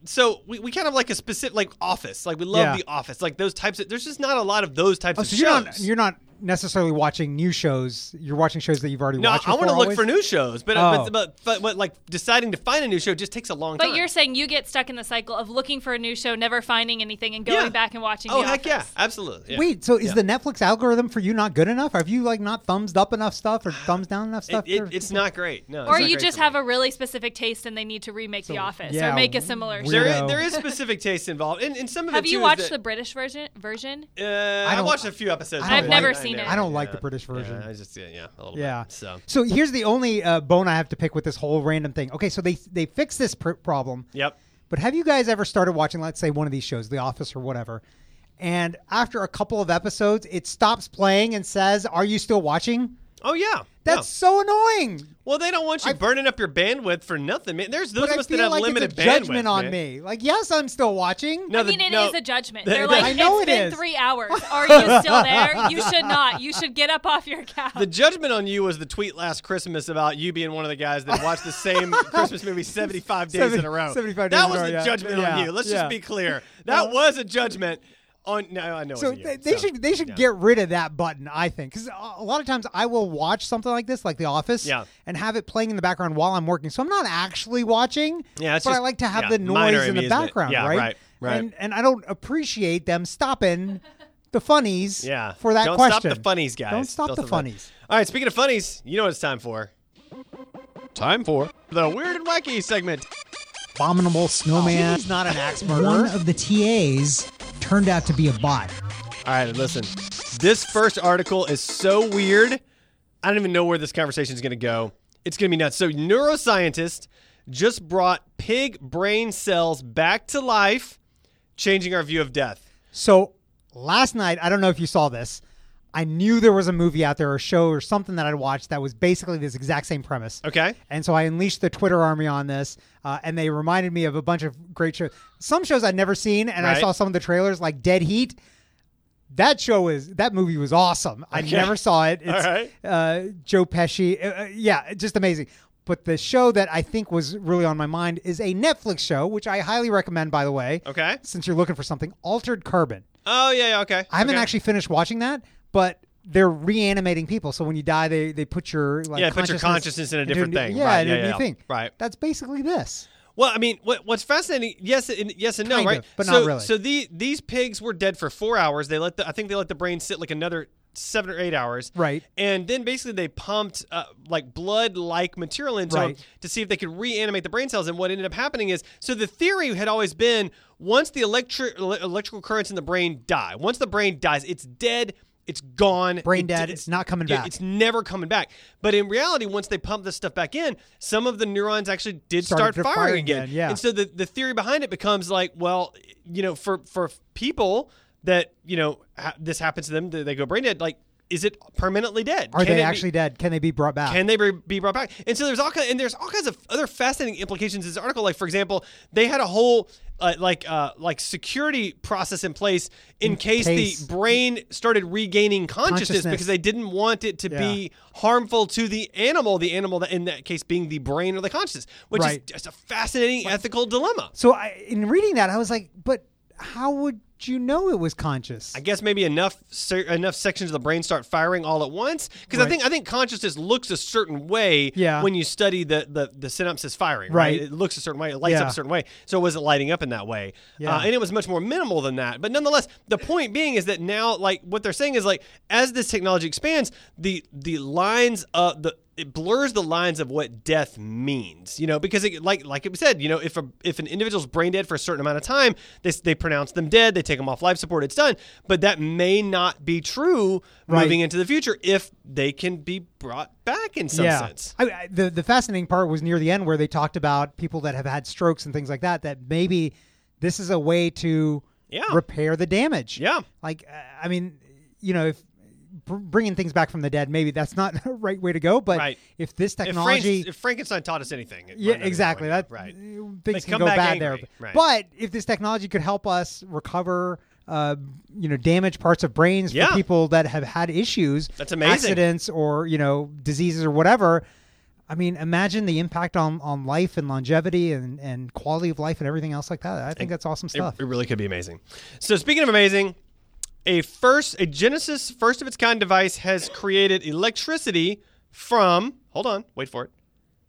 Speaker 2: so we, we kind of like a specific like Office. Like we love
Speaker 3: Yeah.
Speaker 2: the Office. Like those types. of There's just not a lot of those types
Speaker 3: Oh,
Speaker 2: of
Speaker 3: so
Speaker 2: shows.
Speaker 3: you're not you're not necessarily watching new shows. You're watching shows that you've already
Speaker 2: no,
Speaker 3: watched.
Speaker 2: I want to
Speaker 3: before
Speaker 2: look
Speaker 3: always?
Speaker 2: for new shows, but,
Speaker 3: Oh.
Speaker 2: but, but but but like deciding to find a new show just takes a long
Speaker 4: but
Speaker 2: time.
Speaker 4: you're saying you get stuck in the cycle of looking for a new show, never finding anything, and going
Speaker 2: Yeah.
Speaker 4: back and watching.
Speaker 2: oh
Speaker 4: The
Speaker 2: heck yeah,
Speaker 4: Office.
Speaker 2: absolutely. yeah.
Speaker 3: Wait, so is
Speaker 2: Yeah.
Speaker 3: the Netflix algorithm for you not good enough? Have you like not thumbs up enough stuff or thumbs down enough
Speaker 2: It,
Speaker 3: stuff?
Speaker 2: it,
Speaker 3: Or-
Speaker 2: it's not great. No,
Speaker 4: Or you just have a really specific taste, and they need to remake The Office
Speaker 3: yeah,
Speaker 4: or make a similar.
Speaker 3: weird-
Speaker 2: there
Speaker 4: show.
Speaker 2: is,
Speaker 3: weirdo.
Speaker 2: there is specific taste involved, and, and some of
Speaker 4: Have
Speaker 2: it
Speaker 4: you
Speaker 2: too
Speaker 4: watched
Speaker 2: is
Speaker 4: the
Speaker 2: that,
Speaker 4: British version? Version?
Speaker 2: the? Uh,
Speaker 3: I
Speaker 2: I
Speaker 3: don't-
Speaker 2: watched a few episodes.
Speaker 3: I
Speaker 2: of
Speaker 3: don't
Speaker 4: I've never
Speaker 2: I
Speaker 4: seen
Speaker 2: never-
Speaker 4: it.
Speaker 3: I don't like
Speaker 2: yeah.
Speaker 3: the British version.
Speaker 2: Yeah, I just yeah, yeah, a little
Speaker 3: yeah.
Speaker 2: bit. So
Speaker 3: here's the only uh, bone I have to pick with this whole random thing. Okay, so they they fixed this pr- problem.
Speaker 2: yep.
Speaker 3: But have you guys ever started watching, let's say, one of these shows, The Office or whatever, and after a couple of episodes, it stops playing and says, "Are you still watching?"
Speaker 2: Oh yeah,
Speaker 3: That's
Speaker 2: Yeah.
Speaker 3: so annoying.
Speaker 2: Well, they don't want you burning up your bandwidth for nothing. Man, there's those
Speaker 3: But
Speaker 2: of
Speaker 3: I
Speaker 2: us that
Speaker 3: feel
Speaker 2: have
Speaker 3: like
Speaker 2: limited
Speaker 3: it's a judgment
Speaker 2: bandwidth,
Speaker 3: on
Speaker 2: man.
Speaker 3: me. Like, yes, I'm still watching.
Speaker 2: No,
Speaker 4: I mean,
Speaker 2: the-
Speaker 4: it is
Speaker 2: no,
Speaker 4: a judgment.
Speaker 2: the-
Speaker 4: They're
Speaker 2: the-
Speaker 4: like,
Speaker 3: I know
Speaker 4: it's
Speaker 3: it
Speaker 4: been
Speaker 3: is."
Speaker 4: three hours. Are you still there? You should not. You should get up off your couch.
Speaker 2: The judgment on you was the tweet last Christmas about you being one of the guys that watched the same Christmas movie 75 days
Speaker 3: Seventy-
Speaker 2: in a row.
Speaker 3: 75 days
Speaker 2: that
Speaker 3: in a
Speaker 2: was
Speaker 3: row,
Speaker 2: the
Speaker 3: yeah.
Speaker 2: judgment
Speaker 3: Yeah,
Speaker 2: on you. Let's
Speaker 3: yeah.
Speaker 2: just be clear. That was a judgment on. No, I know. it
Speaker 3: So
Speaker 2: wasn't you,
Speaker 3: they, they
Speaker 2: so,
Speaker 3: should they should
Speaker 2: yeah.
Speaker 3: get rid of that button, I think, because a lot of times I will watch something like this, like The Office,
Speaker 2: Yeah.
Speaker 3: and have it playing in the background while I'm working. So I'm not actually watching,
Speaker 2: Yeah, it's
Speaker 3: but I
Speaker 2: just-
Speaker 3: like to have
Speaker 2: yeah,
Speaker 3: the
Speaker 2: minor
Speaker 3: noise in the
Speaker 2: amusement.
Speaker 3: background,
Speaker 2: Yeah,
Speaker 3: right?
Speaker 2: right, right.
Speaker 3: And and I don't appreciate them stopping the funnies,
Speaker 2: Yeah.
Speaker 3: for that
Speaker 2: Don't
Speaker 3: question.
Speaker 2: stop the funnies, guys.
Speaker 3: Don't stop the funnies.
Speaker 2: All right, speaking of funnies, you know what it's time for. Time for the Weird and Wacky segment.
Speaker 3: Abominable snowman. He's not an axe One of the TAs turned out to be a bot.
Speaker 2: All right, listen. This first article is so weird. I don't even know where this conversation is going to go. It's going to be nuts. So, neuroscientists just brought pig brain cells back to life, changing our view of death.
Speaker 3: So last night, I don't know if you saw this. I knew there was a movie out there or a show or something that I'd watched that was basically this exact same premise.
Speaker 2: Okay.
Speaker 3: And so I unleashed the Twitter army on this, uh, and they reminded me of a bunch of great shows. Some shows I'd never seen, and I
Speaker 2: Right.
Speaker 3: saw some of the trailers, like Dead Heat. That show is that movie was awesome. I never saw it. It's
Speaker 2: right.
Speaker 3: uh, Joe Pesci. Uh, uh, yeah, just amazing. But the show that I think was really on my mind is a Netflix show, which I highly recommend, by the way.
Speaker 2: Okay.
Speaker 3: Since you're looking for something, Altered Carbon.
Speaker 2: Oh, yeah, yeah, okay.
Speaker 3: I haven't
Speaker 2: Okay.
Speaker 3: actually finished watching that, but they're reanimating people. So when you die, they they put your like
Speaker 2: Yeah, put your consciousness in a
Speaker 3: into
Speaker 2: different
Speaker 3: new-
Speaker 2: thing.
Speaker 3: Yeah,
Speaker 2: Right,
Speaker 3: into
Speaker 2: yeah,
Speaker 3: a new
Speaker 2: yeah,
Speaker 3: thing.
Speaker 2: right.
Speaker 3: That's basically this.
Speaker 2: Well, I mean, what, what's fascinating? Yes, and, yes and no,
Speaker 3: Kind
Speaker 2: right?
Speaker 3: of, but
Speaker 2: so,
Speaker 3: not really.
Speaker 2: So the, these pigs were dead for four hours. They let the, I think they let the brain sit like another seven or eight hours.
Speaker 3: Right.
Speaker 2: And then basically they pumped uh, like blood-like material into
Speaker 3: Right.
Speaker 2: them to see if they could reanimate the brain cells. And what ended up happening is, so the theory had always been once the electric electrical currents in the brain die, once the brain dies, it's dead. It's gone.
Speaker 3: Brain
Speaker 2: It-
Speaker 3: dead, it's not coming
Speaker 2: yeah,
Speaker 3: back.
Speaker 2: It's never coming back. But in reality, once they pump this stuff back in, some of the neurons actually did
Speaker 3: Started
Speaker 2: start firing,
Speaker 3: firing
Speaker 2: again.
Speaker 3: again, yeah.
Speaker 2: And so the, the theory behind it becomes like, well, you know, for for people that you know ha- this happens to them, they, they go brain dead. Like, is it permanently dead?
Speaker 3: Are
Speaker 2: Can
Speaker 3: they
Speaker 2: it be-
Speaker 3: actually dead? Can they be brought back?
Speaker 2: can they be- be brought back? And so there's all kind and there's all kinds of other fascinating implications in this article. Like for example, they had a whole uh, like uh, like security process in place in, case,
Speaker 3: case-
Speaker 2: the brain started regaining consciousness,
Speaker 3: Consciousness.
Speaker 2: because they didn't want it to be harmful to the animal. The animal that in that case being the brain or the consciousness, which
Speaker 3: Right.
Speaker 2: is just a fascinating ethical dilemma.
Speaker 3: so I, in reading that, I was like, but how would you know it was conscious?
Speaker 2: I guess maybe enough cer- enough sections of the brain start firing all at once because I
Speaker 3: Right.
Speaker 2: think I think consciousness looks a certain way
Speaker 3: Yeah.
Speaker 2: when you study the, the the synapses firing right.
Speaker 3: Right.
Speaker 2: it looks a certain way it lights up
Speaker 3: Yeah.
Speaker 2: a certain way so it wasn't lighting up in that way
Speaker 3: Yeah.
Speaker 2: uh, and it was much more minimal than that but nonetheless the point being is that now like what they're saying is like as this technology expands the the lines of the it blurs the lines of what death means, you know, because it, like like it said, you know, if a, if an individual's brain dead for a certain amount of time, they, s- they pronounce them dead, they take them off life support, it's done. But that may not be true
Speaker 3: Right.
Speaker 2: moving into the future if they can be brought back in some sense.
Speaker 3: I, I, the the fascinating part was near the end where they talked about people that have had strokes and things like that. That maybe this is a way to
Speaker 2: Yeah.
Speaker 3: repair the damage.
Speaker 2: Yeah.
Speaker 3: Like uh, I mean, you know, if br- bringing things back from the dead, maybe that's not the right way to go. But
Speaker 2: Right.
Speaker 3: if this
Speaker 2: If,
Speaker 3: technology,
Speaker 2: Frank- if Frankenstein taught us anything, it
Speaker 3: yeah,
Speaker 2: might not be
Speaker 3: exactly.
Speaker 2: that
Speaker 3: That
Speaker 2: way. right.
Speaker 3: things
Speaker 2: They
Speaker 3: can
Speaker 2: come
Speaker 3: go
Speaker 2: back
Speaker 3: bad
Speaker 2: angry,
Speaker 3: there.
Speaker 2: right.
Speaker 3: But if this technology could help us recover, uh, you know, damaged parts of brains
Speaker 2: Yeah.
Speaker 3: for people that have had issues,
Speaker 2: That's amazing.
Speaker 3: accidents or you know diseases or whatever. I mean, imagine the impact on, on life and longevity and, and quality of life and everything else like that. I think that's awesome
Speaker 2: It-
Speaker 3: stuff.
Speaker 2: It, really could be amazing. So speaking of amazing, a first a Genesis first of its kind device has created electricity from hold on, wait for it.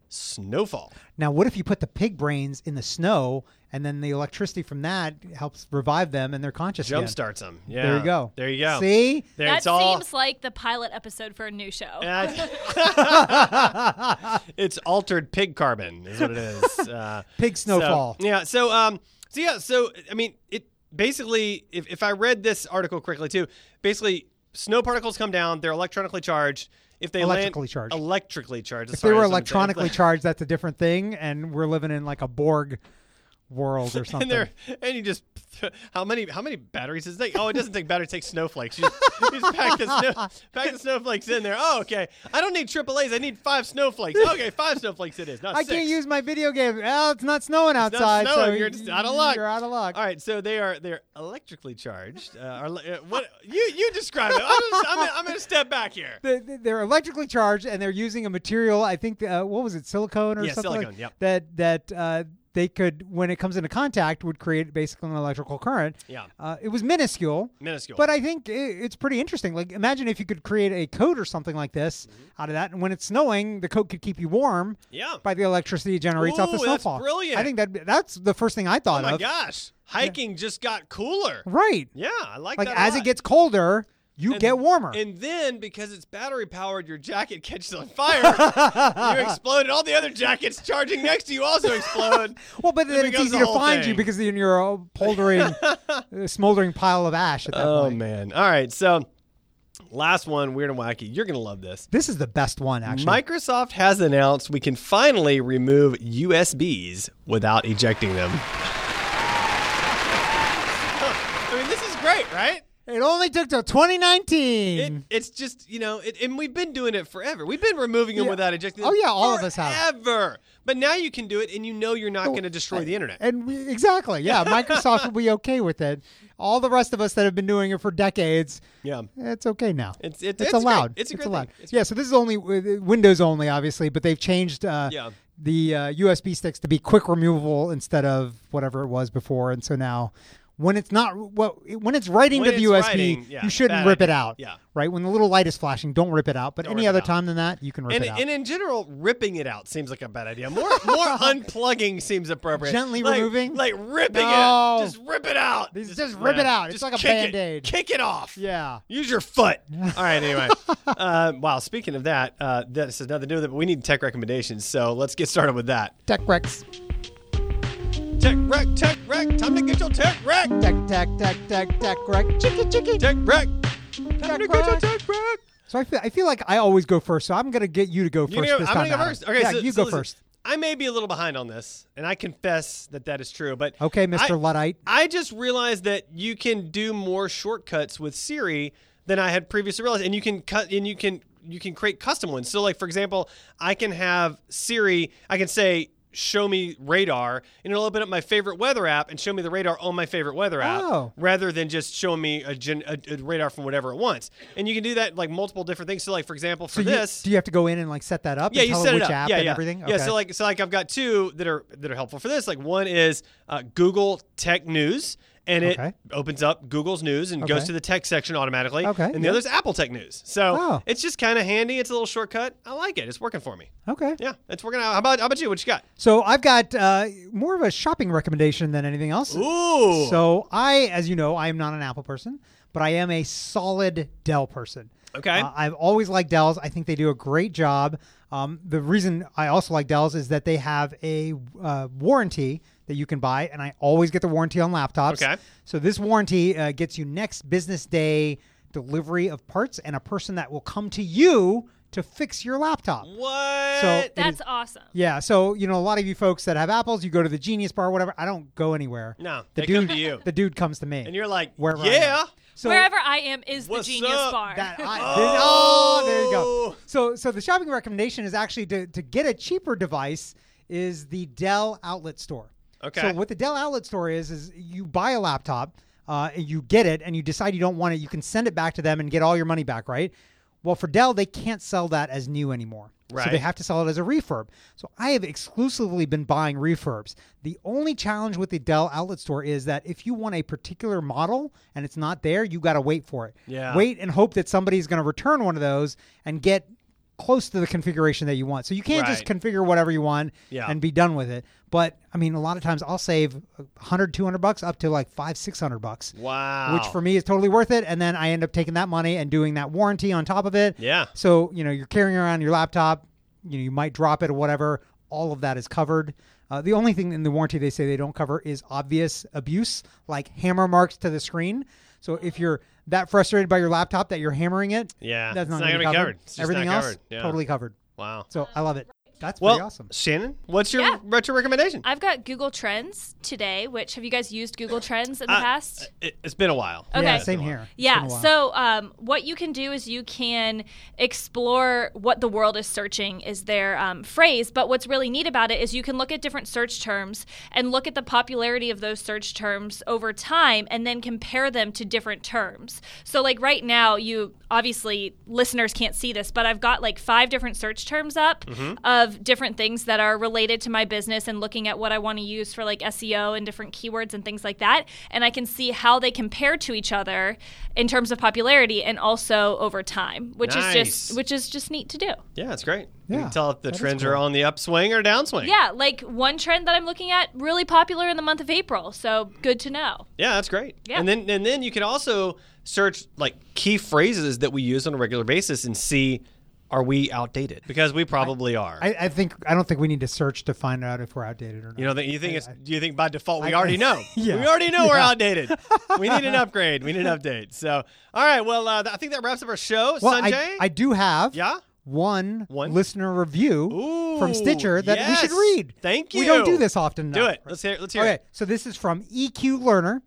Speaker 2: Snowfall.
Speaker 3: now, what if you put the pig brains in the snow and then the electricity from that helps revive them and they're conscious again?
Speaker 2: Jump starts them. Yeah.
Speaker 3: There you go.
Speaker 2: There you go.
Speaker 3: See,
Speaker 2: There
Speaker 4: that
Speaker 2: it's all
Speaker 4: seems like the pilot episode for a new show.
Speaker 2: Uh, it's altered pig carbon is what it is. Uh,
Speaker 3: Pig
Speaker 2: so-
Speaker 3: snowfall.
Speaker 2: yeah. So um. So yeah. So I mean, it basically, if if I read this article correctly too, basically, snow particles come down. They're electronically charged. If they
Speaker 3: Electrically
Speaker 2: land,
Speaker 3: charged.
Speaker 2: Electrically charged.
Speaker 3: If they were electronically charged, that's a different thing, and we're living in like a Borg world or
Speaker 2: And
Speaker 3: something.
Speaker 2: they're and you just how many how many batteries does it take? Oh, it doesn't take batteries, it takes snowflakes. You just, you just pack, the snow, pack the snowflakes in there. Oh, okay. I don't need AAA's. I need five snowflakes. Okay, five snowflakes it is. Not
Speaker 3: I
Speaker 2: six.
Speaker 3: can't use my video game. Well, it's not snowing
Speaker 2: It's
Speaker 3: outside.
Speaker 2: Not snowing.
Speaker 3: so
Speaker 2: you're just out of luck.
Speaker 3: You're out of luck.
Speaker 2: All right, so they are they're electrically charged. Uh, are, le- uh, what you you describe it? I'm, just, I'm, gonna- I'm gonna step back here.
Speaker 3: They- they- They're electrically charged, and they're using a material. I think uh, what was it, silicone or
Speaker 2: Yeah,
Speaker 3: something
Speaker 2: silicone,
Speaker 3: like,
Speaker 2: yep.
Speaker 3: that. That uh, they could, when it comes into contact, would create basically an electrical current.
Speaker 2: Yeah.
Speaker 3: uh, it was minuscule.
Speaker 2: Minuscule.
Speaker 3: But I think i it's pretty interesting. Like, imagine if you could create a coat or something like this out of that, and when it's snowing, the coat could keep you warm
Speaker 2: Mm-hmm. yeah.
Speaker 3: by the electricity it generates off the
Speaker 2: Ooh, that's
Speaker 3: snowfall.
Speaker 2: brilliant.
Speaker 3: I think that that's the first thing I
Speaker 2: Oh
Speaker 3: thought
Speaker 2: my
Speaker 3: of.
Speaker 2: gosh, hiking just got cooler.
Speaker 3: Right.
Speaker 2: Yeah, I like,
Speaker 3: Like
Speaker 2: that. a
Speaker 3: as it
Speaker 2: lot.
Speaker 3: gets colder, you
Speaker 2: And-
Speaker 3: get warmer.
Speaker 2: And then because it's battery powered, your jacket catches on fire. you explode, and all the other jackets charging next to you also explode.
Speaker 3: well, but
Speaker 2: it
Speaker 3: then it's
Speaker 2: becomes the
Speaker 3: easy to
Speaker 2: whole
Speaker 3: find you
Speaker 2: thing.
Speaker 3: because then you're a poldering, uh, smoldering pile of ash at that
Speaker 2: oh
Speaker 3: point.
Speaker 2: man! All right, so last one, weird and wacky. You're gonna love this.
Speaker 3: This is the best one, actually.
Speaker 2: Microsoft has announced we can finally remove USBs without ejecting them. I mean, this is great, right?
Speaker 3: it only took till 2019.
Speaker 2: It, it's just you know, it, and we've been doing it forever. We've been removing them
Speaker 3: Yeah.
Speaker 2: without ejecting.
Speaker 3: Oh,
Speaker 2: them
Speaker 3: yeah, all of us have. Oh,
Speaker 2: Ever, but now you can do it, and you know you're not going to destroy the internet.
Speaker 3: And we, exactly, yeah, Microsoft will be okay with it. All the rest of us that have been doing it for decades,
Speaker 2: Yeah,
Speaker 3: it's okay now.
Speaker 2: It's- it- it's
Speaker 3: it's
Speaker 2: great.
Speaker 3: allowed.
Speaker 2: It's a great
Speaker 3: allowed.
Speaker 2: thing. It's a
Speaker 3: yeah. So this is only uh, Windows only, obviously, but they've changed uh,
Speaker 2: Yeah.
Speaker 3: the uh, USB sticks to be quick removable instead of whatever it was before, and so now. When it's not well, when it's writing
Speaker 2: When
Speaker 3: to
Speaker 2: it's
Speaker 3: the USB,
Speaker 2: writing, yeah,
Speaker 3: you shouldn't
Speaker 2: bad
Speaker 3: rip it
Speaker 2: idea.
Speaker 3: out.
Speaker 2: Yeah.
Speaker 3: Right when the little light is flashing, don't rip it out. But any
Speaker 2: rip it
Speaker 3: other
Speaker 2: out.
Speaker 3: time than that, you can rip
Speaker 2: and,
Speaker 3: it out.
Speaker 2: and in general, ripping it out seems like a bad idea. More more unplugging seems appropriate.
Speaker 3: Gently
Speaker 2: Like-
Speaker 3: removing?
Speaker 2: like ripping
Speaker 3: No.
Speaker 2: it, just rip it out.
Speaker 3: Just- just rip it out. It's
Speaker 2: Just
Speaker 3: like a
Speaker 2: kick it.
Speaker 3: Band-Aid.
Speaker 2: Kick it off.
Speaker 3: yeah.
Speaker 2: Use your foot. All right. Anyway, uh, wow. Speaking of that, uh, this is nothing to do with it, but we need tech recommendations. So let's get started with that.
Speaker 3: Tech Rex.
Speaker 2: Tech rec, tech rec. Time to get your tech rec.
Speaker 3: Tech, tech, tech, tech, tech Rex. Chicky, chicky.
Speaker 2: Tech rec.
Speaker 3: Tech
Speaker 2: Time to get your
Speaker 3: rec.
Speaker 2: tech rec.
Speaker 3: So I feel, I feel like I always go first, so I'm going to get you to go first
Speaker 2: You know,
Speaker 3: this
Speaker 2: I'm
Speaker 3: time.
Speaker 2: gonna go
Speaker 3: Adam.
Speaker 2: first. Okay,
Speaker 3: yeah,
Speaker 2: so,
Speaker 3: you
Speaker 2: so
Speaker 3: go
Speaker 2: listen,
Speaker 3: first.
Speaker 2: I may be a little behind on this, and I confess that that is true. But
Speaker 3: Okay, Mr.
Speaker 2: I-
Speaker 3: Luddite.
Speaker 2: I just realized that you can do more shortcuts with Siri than I had previously realized, and you can cut and you can you can create custom ones. So, like for example, I can have Siri. I can say. Show me radar, and it'll open up my favorite weather app and show me the radar on my favorite weather app,
Speaker 3: Oh.
Speaker 2: rather than just showing me a, gen, a, a radar from whatever it wants. And you can do that like multiple different things. So, like for example, for
Speaker 3: So you,
Speaker 2: this,
Speaker 3: do you have to go in and like set that up?
Speaker 2: yeah,
Speaker 3: and
Speaker 2: you
Speaker 3: tell
Speaker 2: set
Speaker 3: it which
Speaker 2: it up.
Speaker 3: app
Speaker 2: yeah,
Speaker 3: and
Speaker 2: yeah.
Speaker 3: everything.
Speaker 2: Yeah,
Speaker 3: Okay.
Speaker 2: so like, so like, I've got two that are that are helpful for this. Like, one is uh, Google Tech News, and it
Speaker 3: Okay.
Speaker 2: opens up Google's news and
Speaker 3: Okay.
Speaker 2: goes to the tech section automatically.
Speaker 3: Okay,
Speaker 2: and the
Speaker 3: yeah.
Speaker 2: other is Apple Tech News. So
Speaker 3: Oh.
Speaker 2: it's just kind of handy. It's a little shortcut. I like it. It's working for me.
Speaker 3: okay.
Speaker 2: Yeah, it's working out. How about how about you? What you got?
Speaker 3: So I've got uh, more of a shopping recommendation than anything else.
Speaker 2: Ooh.
Speaker 3: So I, as you know, I am not an Apple person, but I am a solid Dell person.
Speaker 2: Okay.
Speaker 3: Uh, I've always liked Dells. I think they do a great job. Um, the reason I also like Dells is that they have a uh, warranty that you can buy, and I always get the warranty on laptops.
Speaker 2: Okay.
Speaker 3: So this warranty uh, gets you next business day delivery of parts and a person that will come to you to fix your laptop.
Speaker 2: what?
Speaker 3: So
Speaker 4: That's awesome.
Speaker 3: yeah, so you know a lot of you folks that have apples, you go to the Genius Bar, whatever. I don't go anywhere.
Speaker 2: No,
Speaker 3: the
Speaker 2: they come
Speaker 3: dude,
Speaker 2: to you.
Speaker 3: the dude comes to me,
Speaker 2: and you're like,
Speaker 3: wherever I am.
Speaker 2: yeah.
Speaker 3: so
Speaker 4: Wherever I am is
Speaker 2: What's
Speaker 4: the genius
Speaker 2: up?
Speaker 4: bar.
Speaker 3: that I,
Speaker 2: Oh!
Speaker 3: oh! there you go. So so the shopping recommendation is actually to to get a cheaper device is the Dell Outlet Store.
Speaker 2: Okay.
Speaker 3: So what the Dell Outlet Store is is you buy a laptop, uh, and you get it, and you decide you don't want it. You can send it back to them and get all your money back, right? Well, for Dell, they can't sell that as new anymore. So
Speaker 2: Right.
Speaker 3: they have to sell it as a refurb. So I have exclusively been buying refurbs. The only challenge with the Dell Outlet Store is that if you want a particular model and it's not there, you got to wait for it.
Speaker 2: Yeah.
Speaker 3: Wait and hope that somebody's going to return one of those and get close to the configuration that you want. So you can't just
Speaker 2: Right.
Speaker 3: configure whatever you want
Speaker 2: Yeah.
Speaker 3: and be done with it. But I mean, a lot of times I'll save 100, 200 bucks up to like five, 600 bucks,
Speaker 2: Wow.
Speaker 3: which for me is totally worth it. And then I end up taking that money and doing that warranty on top of it.
Speaker 2: Yeah.
Speaker 3: So, you know, you're carrying around your laptop, you know, you might drop it or whatever. All of that is covered. Uh, the only thing in the warranty they say they don't cover is obvious abuse, like hammer marks to the screen. So if you're that frustrated by your laptop that you're hammering it,
Speaker 2: Yeah,
Speaker 3: that's
Speaker 2: it's
Speaker 3: not,
Speaker 2: not
Speaker 3: gonna be
Speaker 2: gonna be
Speaker 3: covered.
Speaker 2: covered. It's just
Speaker 3: Everything
Speaker 2: not
Speaker 3: else,
Speaker 2: covered. Yeah.
Speaker 3: totally covered.
Speaker 2: Wow.
Speaker 3: So I love it. That's
Speaker 2: Well,
Speaker 3: pretty awesome.
Speaker 2: Shannon, what's your
Speaker 4: Yeah.
Speaker 2: retro recommendation?
Speaker 4: I've got Google Trends today, which have you guys used Google Trends in the
Speaker 2: Uh,
Speaker 4: past?
Speaker 2: It, has been a while.
Speaker 4: Okay.
Speaker 3: Yeah, same here. It's been
Speaker 4: Yeah.
Speaker 3: a while.
Speaker 4: So um, what you can do is you can explore what the world is searching is their um, phrase. But what's really neat about it is you can look at different search terms and look at the popularity of those search terms over time, and then compare them to different terms. So like right now, you obviously listeners can't see this, but I've got like five different search terms up
Speaker 2: Mm-hmm.
Speaker 4: of different things that are related to my business and looking at what I want to use for like SEO and different keywords and things like that. And I can see how they compare to each other in terms of popularity and also over time, which is
Speaker 2: Nice.
Speaker 4: just which is just neat to do.
Speaker 2: Yeah, it's great. You
Speaker 3: Yeah,
Speaker 2: can tell if the
Speaker 3: that is
Speaker 2: trends
Speaker 3: cool.
Speaker 2: are on the upswing or downswing.
Speaker 4: Yeah, like one trend that I'm looking at really popular in the month of April. So good to know.
Speaker 2: Yeah, that's great.
Speaker 4: Yeah.
Speaker 2: And then and then you can also search like key phrases that we use on a regular basis and see are we outdated? Because we probably are.
Speaker 3: I, I think I don't think we need to search to find out if we're outdated or not.
Speaker 2: you know, that you think it's
Speaker 3: I-
Speaker 2: do you think by default we
Speaker 3: I-
Speaker 2: already know?
Speaker 3: Yeah.
Speaker 2: We already know we're outdated. we need an upgrade. We need an update. So, all right. Well, uh, th- I think that wraps up our show.
Speaker 3: well,
Speaker 2: Sanjay,
Speaker 3: I, I do have
Speaker 2: yeah.
Speaker 3: one,
Speaker 2: One?
Speaker 3: listener review
Speaker 2: Ooh,
Speaker 3: from Stitcher that we
Speaker 2: yes.
Speaker 3: should read.
Speaker 2: Thank
Speaker 3: We don't
Speaker 2: you.
Speaker 3: do this often.
Speaker 2: Do
Speaker 3: enough.
Speaker 2: it. Let's hear. Let's hear.
Speaker 3: okay,
Speaker 2: It.
Speaker 3: so this is from EQ Learner.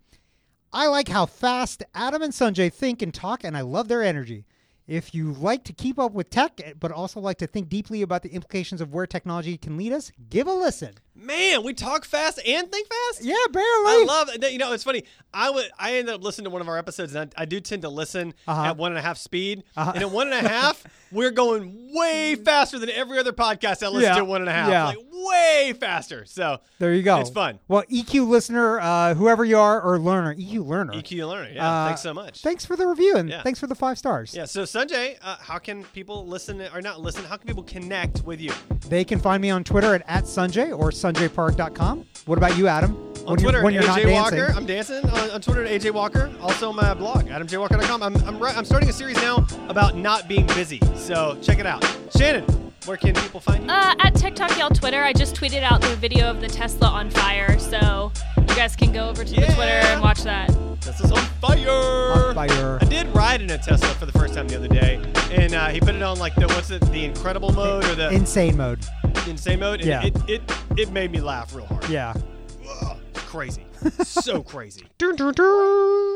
Speaker 3: I like how fast Adam and Sanjay think and talk, and I love their energy. If you like to keep up with tech, but also like to think deeply about the implications of where technology can lead us, give a listen.
Speaker 2: Man, we talk fast and think fast.
Speaker 3: Yeah,
Speaker 2: I
Speaker 3: barely.
Speaker 2: love that. You know, it's funny. I would. I ended up listening to one of our episodes, and I, I do tend to listen
Speaker 3: Uh-huh.
Speaker 2: at one and a half speed. And at one and a half, we're going way faster than every other podcast I listen
Speaker 3: Mm. Yeah.
Speaker 2: to. at One and a half,
Speaker 3: Yeah.
Speaker 2: like way faster. So
Speaker 3: there you go.
Speaker 2: It's fun.
Speaker 3: Well, EQ listener, uh, whoever you are, or learner, EQ learner.
Speaker 2: EQ learner. Yeah,
Speaker 3: Uh,
Speaker 2: thanks so much.
Speaker 3: Thanks for the review and
Speaker 2: E Yeah.
Speaker 3: thanks for the five stars.
Speaker 2: yeah. So Sanjay, uh, how can people listen or not listen? How can people connect with you?
Speaker 3: They can find me on Twitter at, at Sanjay or sanjaypark.com. What about you, Adam?
Speaker 2: on
Speaker 3: when
Speaker 2: Twitter,
Speaker 3: you're, when you're
Speaker 2: AJ
Speaker 3: not
Speaker 2: Walker.
Speaker 3: dancing.
Speaker 2: I'm dancing on, on Twitter at AJ Walker. Also my blog, adamjwalker.com. I'm, I'm, ri- I'm starting a series now about not being busy. So check it out. Shannon, where can people find you?
Speaker 4: Uh, at TikTok Y'all Twitter, I just tweeted out the video of the Tesla on fire. So you guys can go over to
Speaker 2: Yeah.
Speaker 4: the Twitter and watch that.
Speaker 2: Tesla's on fire.
Speaker 3: On fire.
Speaker 2: I did ride in a Tesla for the first time the other day, and uh, he put it on like the what's it, the incredible mode or the
Speaker 3: Insane mode.
Speaker 2: insane mode, and
Speaker 3: Yeah.
Speaker 2: it, it it made me laugh real hard.
Speaker 3: Yeah.
Speaker 2: Ugh, crazy, so crazy.
Speaker 3: Dun, dun, dun.